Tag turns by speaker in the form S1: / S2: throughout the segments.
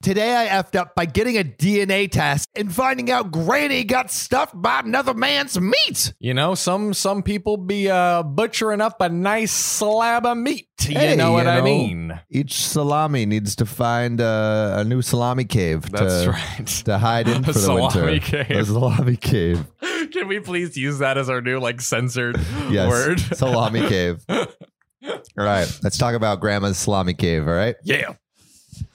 S1: Today I effed up by getting a DNA test and finding out Granny got stuffed by another man's meat.
S2: You know, some some people be uh, butchering up a nice slab of meat. You
S1: Hey,
S2: know what
S1: you
S2: I
S1: know.
S2: mean?
S1: Each salami needs to find uh, a new salami cave
S2: That's
S1: to,
S2: right.
S1: to hide in
S2: A
S1: for the
S2: salami
S1: winter.
S2: cave.
S1: A salami cave.
S2: Can we please use that as our new like censored
S1: Yes.
S2: word?
S1: Salami cave. All right. Let's talk about grandma's salami cave, all right?
S2: yeah.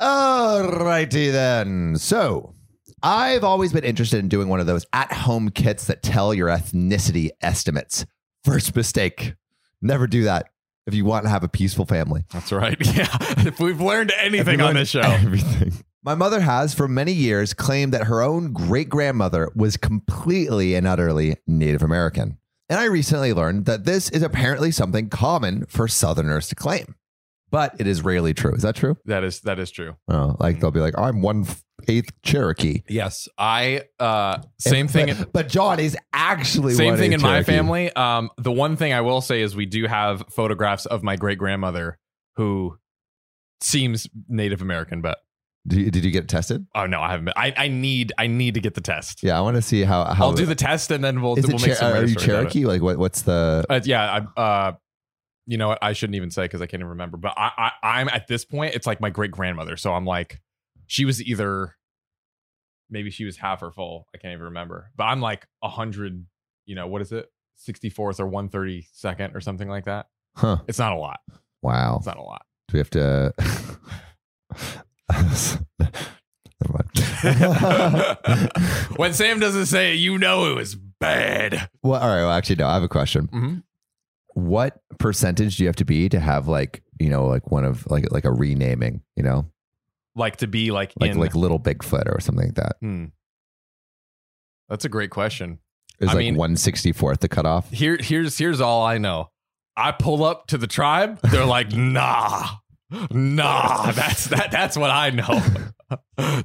S1: Alrighty then. So I've always been interested in doing one of those at home kits that tell your ethnicity estimates. First mistake. Never do that if you want to have a peaceful family.
S2: That's right. Yeah. If we've learned anything
S1: Everyone-
S2: on this show.
S1: Everything. My mother has for many years claimed that her own great grandmother was completely and utterly Native American. And I recently learned that this is apparently something common for Southerners to claim, but it is rarely true. Is that true?
S2: That is that is true.
S1: Oh,
S2: Mm-hmm.
S1: like they'll be like, I'm one eighth Cherokee.
S2: Yes. I uh same thing
S1: But, but John is actually
S2: same
S1: one
S2: thing
S1: eighth
S2: in my
S1: Cherokee.
S2: family. Um the one thing I will say is we do have photographs of my great grandmother who seems Native American, but
S1: Do you- did you get tested?
S2: oh no, I haven't been- I, I need I need to get the test.
S1: Yeah, I want to see how. how
S2: I'll do the test and then we'll,
S1: Is
S2: we'll
S1: it
S2: make
S1: Cher-
S2: some
S1: are
S2: later
S1: you
S2: story about it.
S1: Cherokee? Like what? What's the?
S2: Uh, yeah, I, uh, you know what? I shouldn't even say because I can't even remember. But I, I, I'm at this point. It's like my great grandmother. So I'm like, she was either, maybe she was half or full. I can't even remember. But I'm like a hundred. You know what is it? Sixty fourth or one thirty second or something like that.
S1: Huh.
S2: It's not a lot.
S1: Wow.
S2: It's not a lot.
S1: Do we have to? Never mind.
S2: when Sam doesn't say it, you know it was bad.
S1: well, all right. Well, actually, no. I have a question.
S2: Mhm.
S1: What percentage do you have to be to have like you know like one of like like a renaming? You know,
S2: Like to be like
S1: like
S2: in.
S1: like Little Bigfoot or something like that.
S2: Hmm. That's a great question.
S1: Is
S2: I
S1: like
S2: mean-
S1: one sixty fourth the cutoff?
S2: here here's here's all I know. I pull up to the tribe, they're like, nah, nah, that's that that's what I know.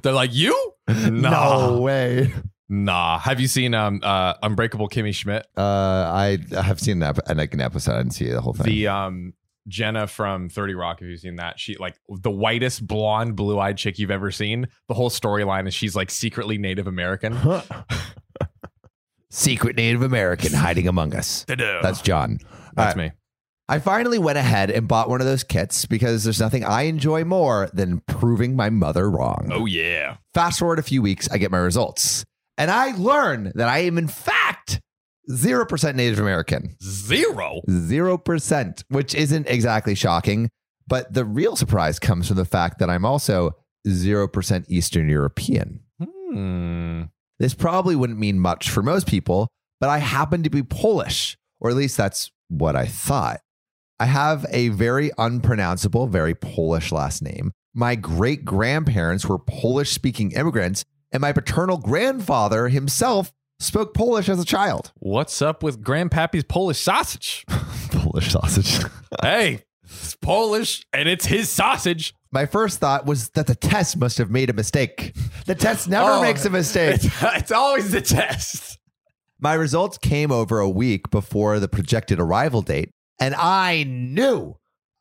S2: they're like, you? Nah.
S1: No way.
S2: Nah. Have you seen um uh Unbreakable Kimmy Schmidt?
S1: Uh, I I have seen that an, like an episode. I didn't see the whole thing.
S2: The um Jenna from 30 Rock, if you've seen that, she like the whitest blonde, blue-eyed chick you've ever seen. The whole storyline is she's like secretly Native American.
S1: Secret Native American hiding among us. That's
S2: That's
S1: John.
S2: that's
S1: All right.
S2: me.
S1: I finally went ahead and bought one of those kits because there's nothing I enjoy more than proving my mother wrong.
S2: Oh yeah.
S1: Fast forward a few weeks, I get my results, and I learn that I am in fact zero percent Native American.
S2: Zero.
S1: 0%, which isn't exactly shocking. But the real surprise comes from the fact that I'm also 0% Eastern European.
S2: Hmm.
S1: This probably wouldn't mean much for most people, but I happen to be Polish, or at least that's what I thought. I have a very unpronounceable, very Polish last name. My great grandparents were Polish speaking immigrants, and my paternal grandfather himself spoke Polish as a child.
S2: What's up with Grandpappy's Polish sausage?
S1: Polish sausage.
S2: hey, it's Polish and it's his sausage.
S1: My first thought was that the test must have made a mistake. The test never
S2: Oh.
S1: makes a mistake.
S2: It's, it's always the test.
S1: My results came over a week before the projected arrival date, and I knew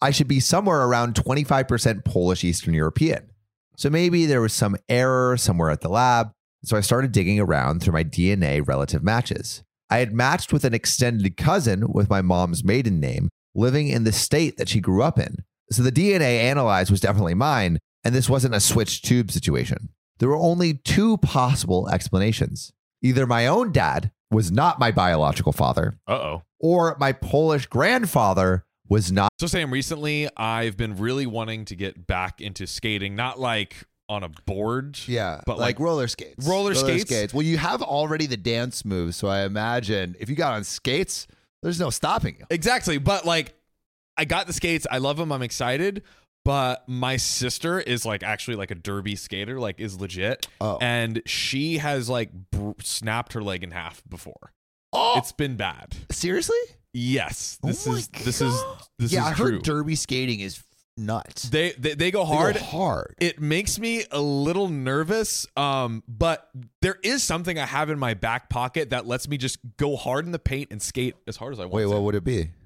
S1: I should be somewhere around 25% Polish Eastern European. So maybe there was some error somewhere at the lab. So I started digging around through my DNA relative matches. I had matched with an extended cousin with my mom's maiden name living in the state that she grew up in. So the DNA analyzed was definitely mine, and this wasn't a switched tube situation. There were only two possible explanations. Either my own dad was not my biological father,
S2: Uh oh.
S1: or my Polish grandfather was not.
S3: So, Sam, recently I've been really wanting to get back into skating, not like on a board.
S1: Yeah,
S3: But, like,
S1: roller skates.
S3: roller skates?
S1: Well, you have already the dance moves, so I imagine if you got on skates, there's no stopping you.
S3: Exactly. But like, I got the skates. I love them. I'm excited. But my sister is like actually like a derby skater, like is legit.
S1: Oh.
S3: And she has like br- snapped her leg in half before.
S1: Oh,
S3: It's been bad.
S1: seriously?
S3: Yes.
S1: Oh
S3: This
S1: my
S3: is this is
S1: God.
S3: this
S1: yeah,
S3: is
S1: I
S3: true.
S1: heard derby skating is nuts.
S3: they, they they go
S1: They go
S3: hard.
S1: hard.
S3: it makes me a little nervous um but there is something i have in my back pocket that lets me just go hard in the paint and skate as hard as i want
S1: Wait,
S3: to.
S1: what would it be?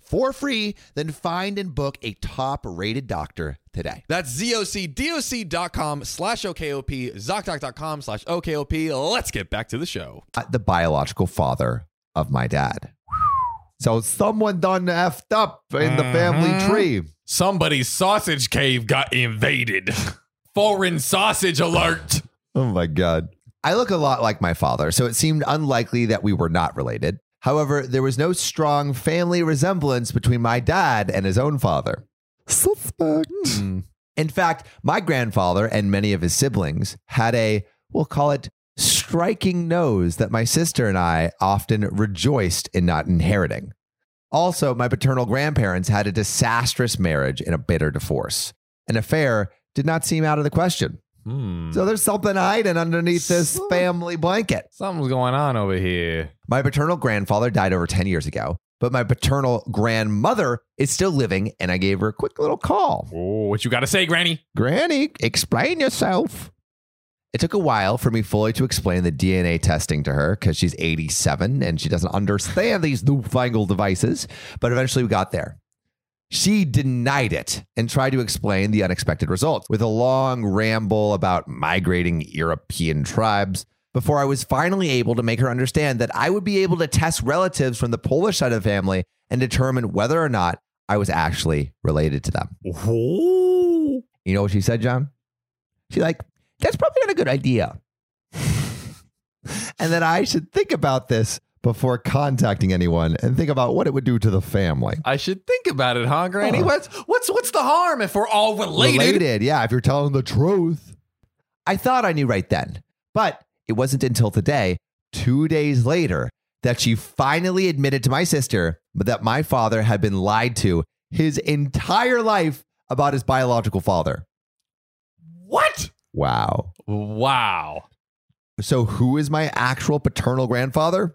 S4: for free. Then find and book a top rated doctor today.
S3: That's zocdoc.com slash OKOP, ZocDoc.com slash OKOP. Let's get back to the show.
S1: Not the biological father of my dad. So someone done effed up in the family
S2: Mhm.
S1: tree.
S2: Somebody's sausage cave got invaded. Foreign sausage alert.
S1: Oh my God. I look a lot like my father, so it seemed unlikely that we were not related. However, there was no strong family resemblance between my dad and his own father. Suspect. In fact, my grandfather and many of his siblings had a, we'll call it, striking nose that my sister and I often rejoiced in not inheriting. Also, my paternal grandparents had a disastrous marriage and a bitter divorce. An affair did not seem out of the question.
S2: Hmm.
S1: So there's something hiding underneath this family blanket.
S2: Something's going on over here.
S1: My paternal grandfather died over 10 years ago, but my paternal grandmother is still living, and I gave her a quick little call.
S2: Oh, what you got to say, Granny?
S1: Granny, explain yourself. It took a while for me fully to explain the DNA testing to her because she's 87 and she doesn't understand these newfangled devices, but eventually we got there. She denied it and tried to explain the unexpected results with a long ramble about migrating European tribes before I was finally able to make her understand that I would be able to test relatives from the Polish side of the family and determine whether or not I was actually related to them. You know what she said, John? She like, that's probably not a good idea. and that I should think about this before contacting anyone and think about what it would do to the family.
S2: I should think about it, huh, Granny?
S1: Huh.
S2: What's what's what's the harm if we're all related?
S1: yeah, if you're telling the truth. I thought I knew right then, but it wasn't until today, two days later, that she finally admitted to my sister that my father had been lied to his entire life about his biological father.
S2: What?
S1: Wow.
S2: Wow.
S1: So, who is my actual paternal grandfather?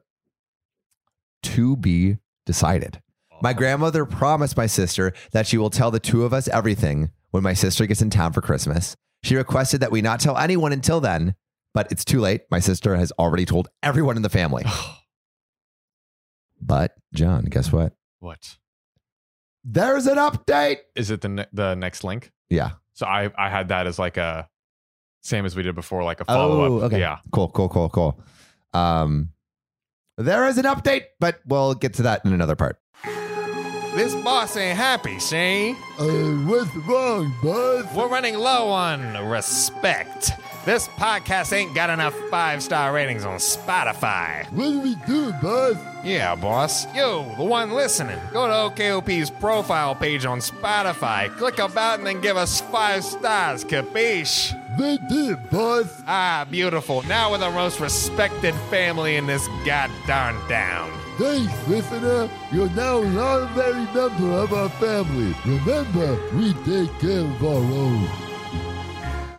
S1: To be decided. My grandmother promised my sister that she will tell the two of us everything when my sister gets in town for Christmas. She requested that we not tell anyone until then, but it's too late. My sister has already told everyone in the family. But, John, guess what?
S2: What
S1: There's an update.
S2: is it? The ne- the next link.
S1: Yeah.
S2: So I I had that as like a same as we did before, like a follow up.
S1: Oh, okay.
S2: Yeah.
S1: Cool, cool, cool, cool. Um, there is an update, but we'll get to that in another part.
S2: This boss ain't happy, see?
S4: what's wrong, bud?
S2: We're running low on respect. This podcast ain't got enough five star ratings on Spotify.
S4: What do we do, bud?
S2: Yeah, boss. Yo, the one listening, go to OKOP's profile page on Spotify, click about, and then give us five stars, capiche?
S4: They did, bud.
S2: Ah, beautiful. Now we're the most respected family in this goddamn town.
S4: Thanks, listener. You're now an honorary member of our family. Remember, we take care of our own.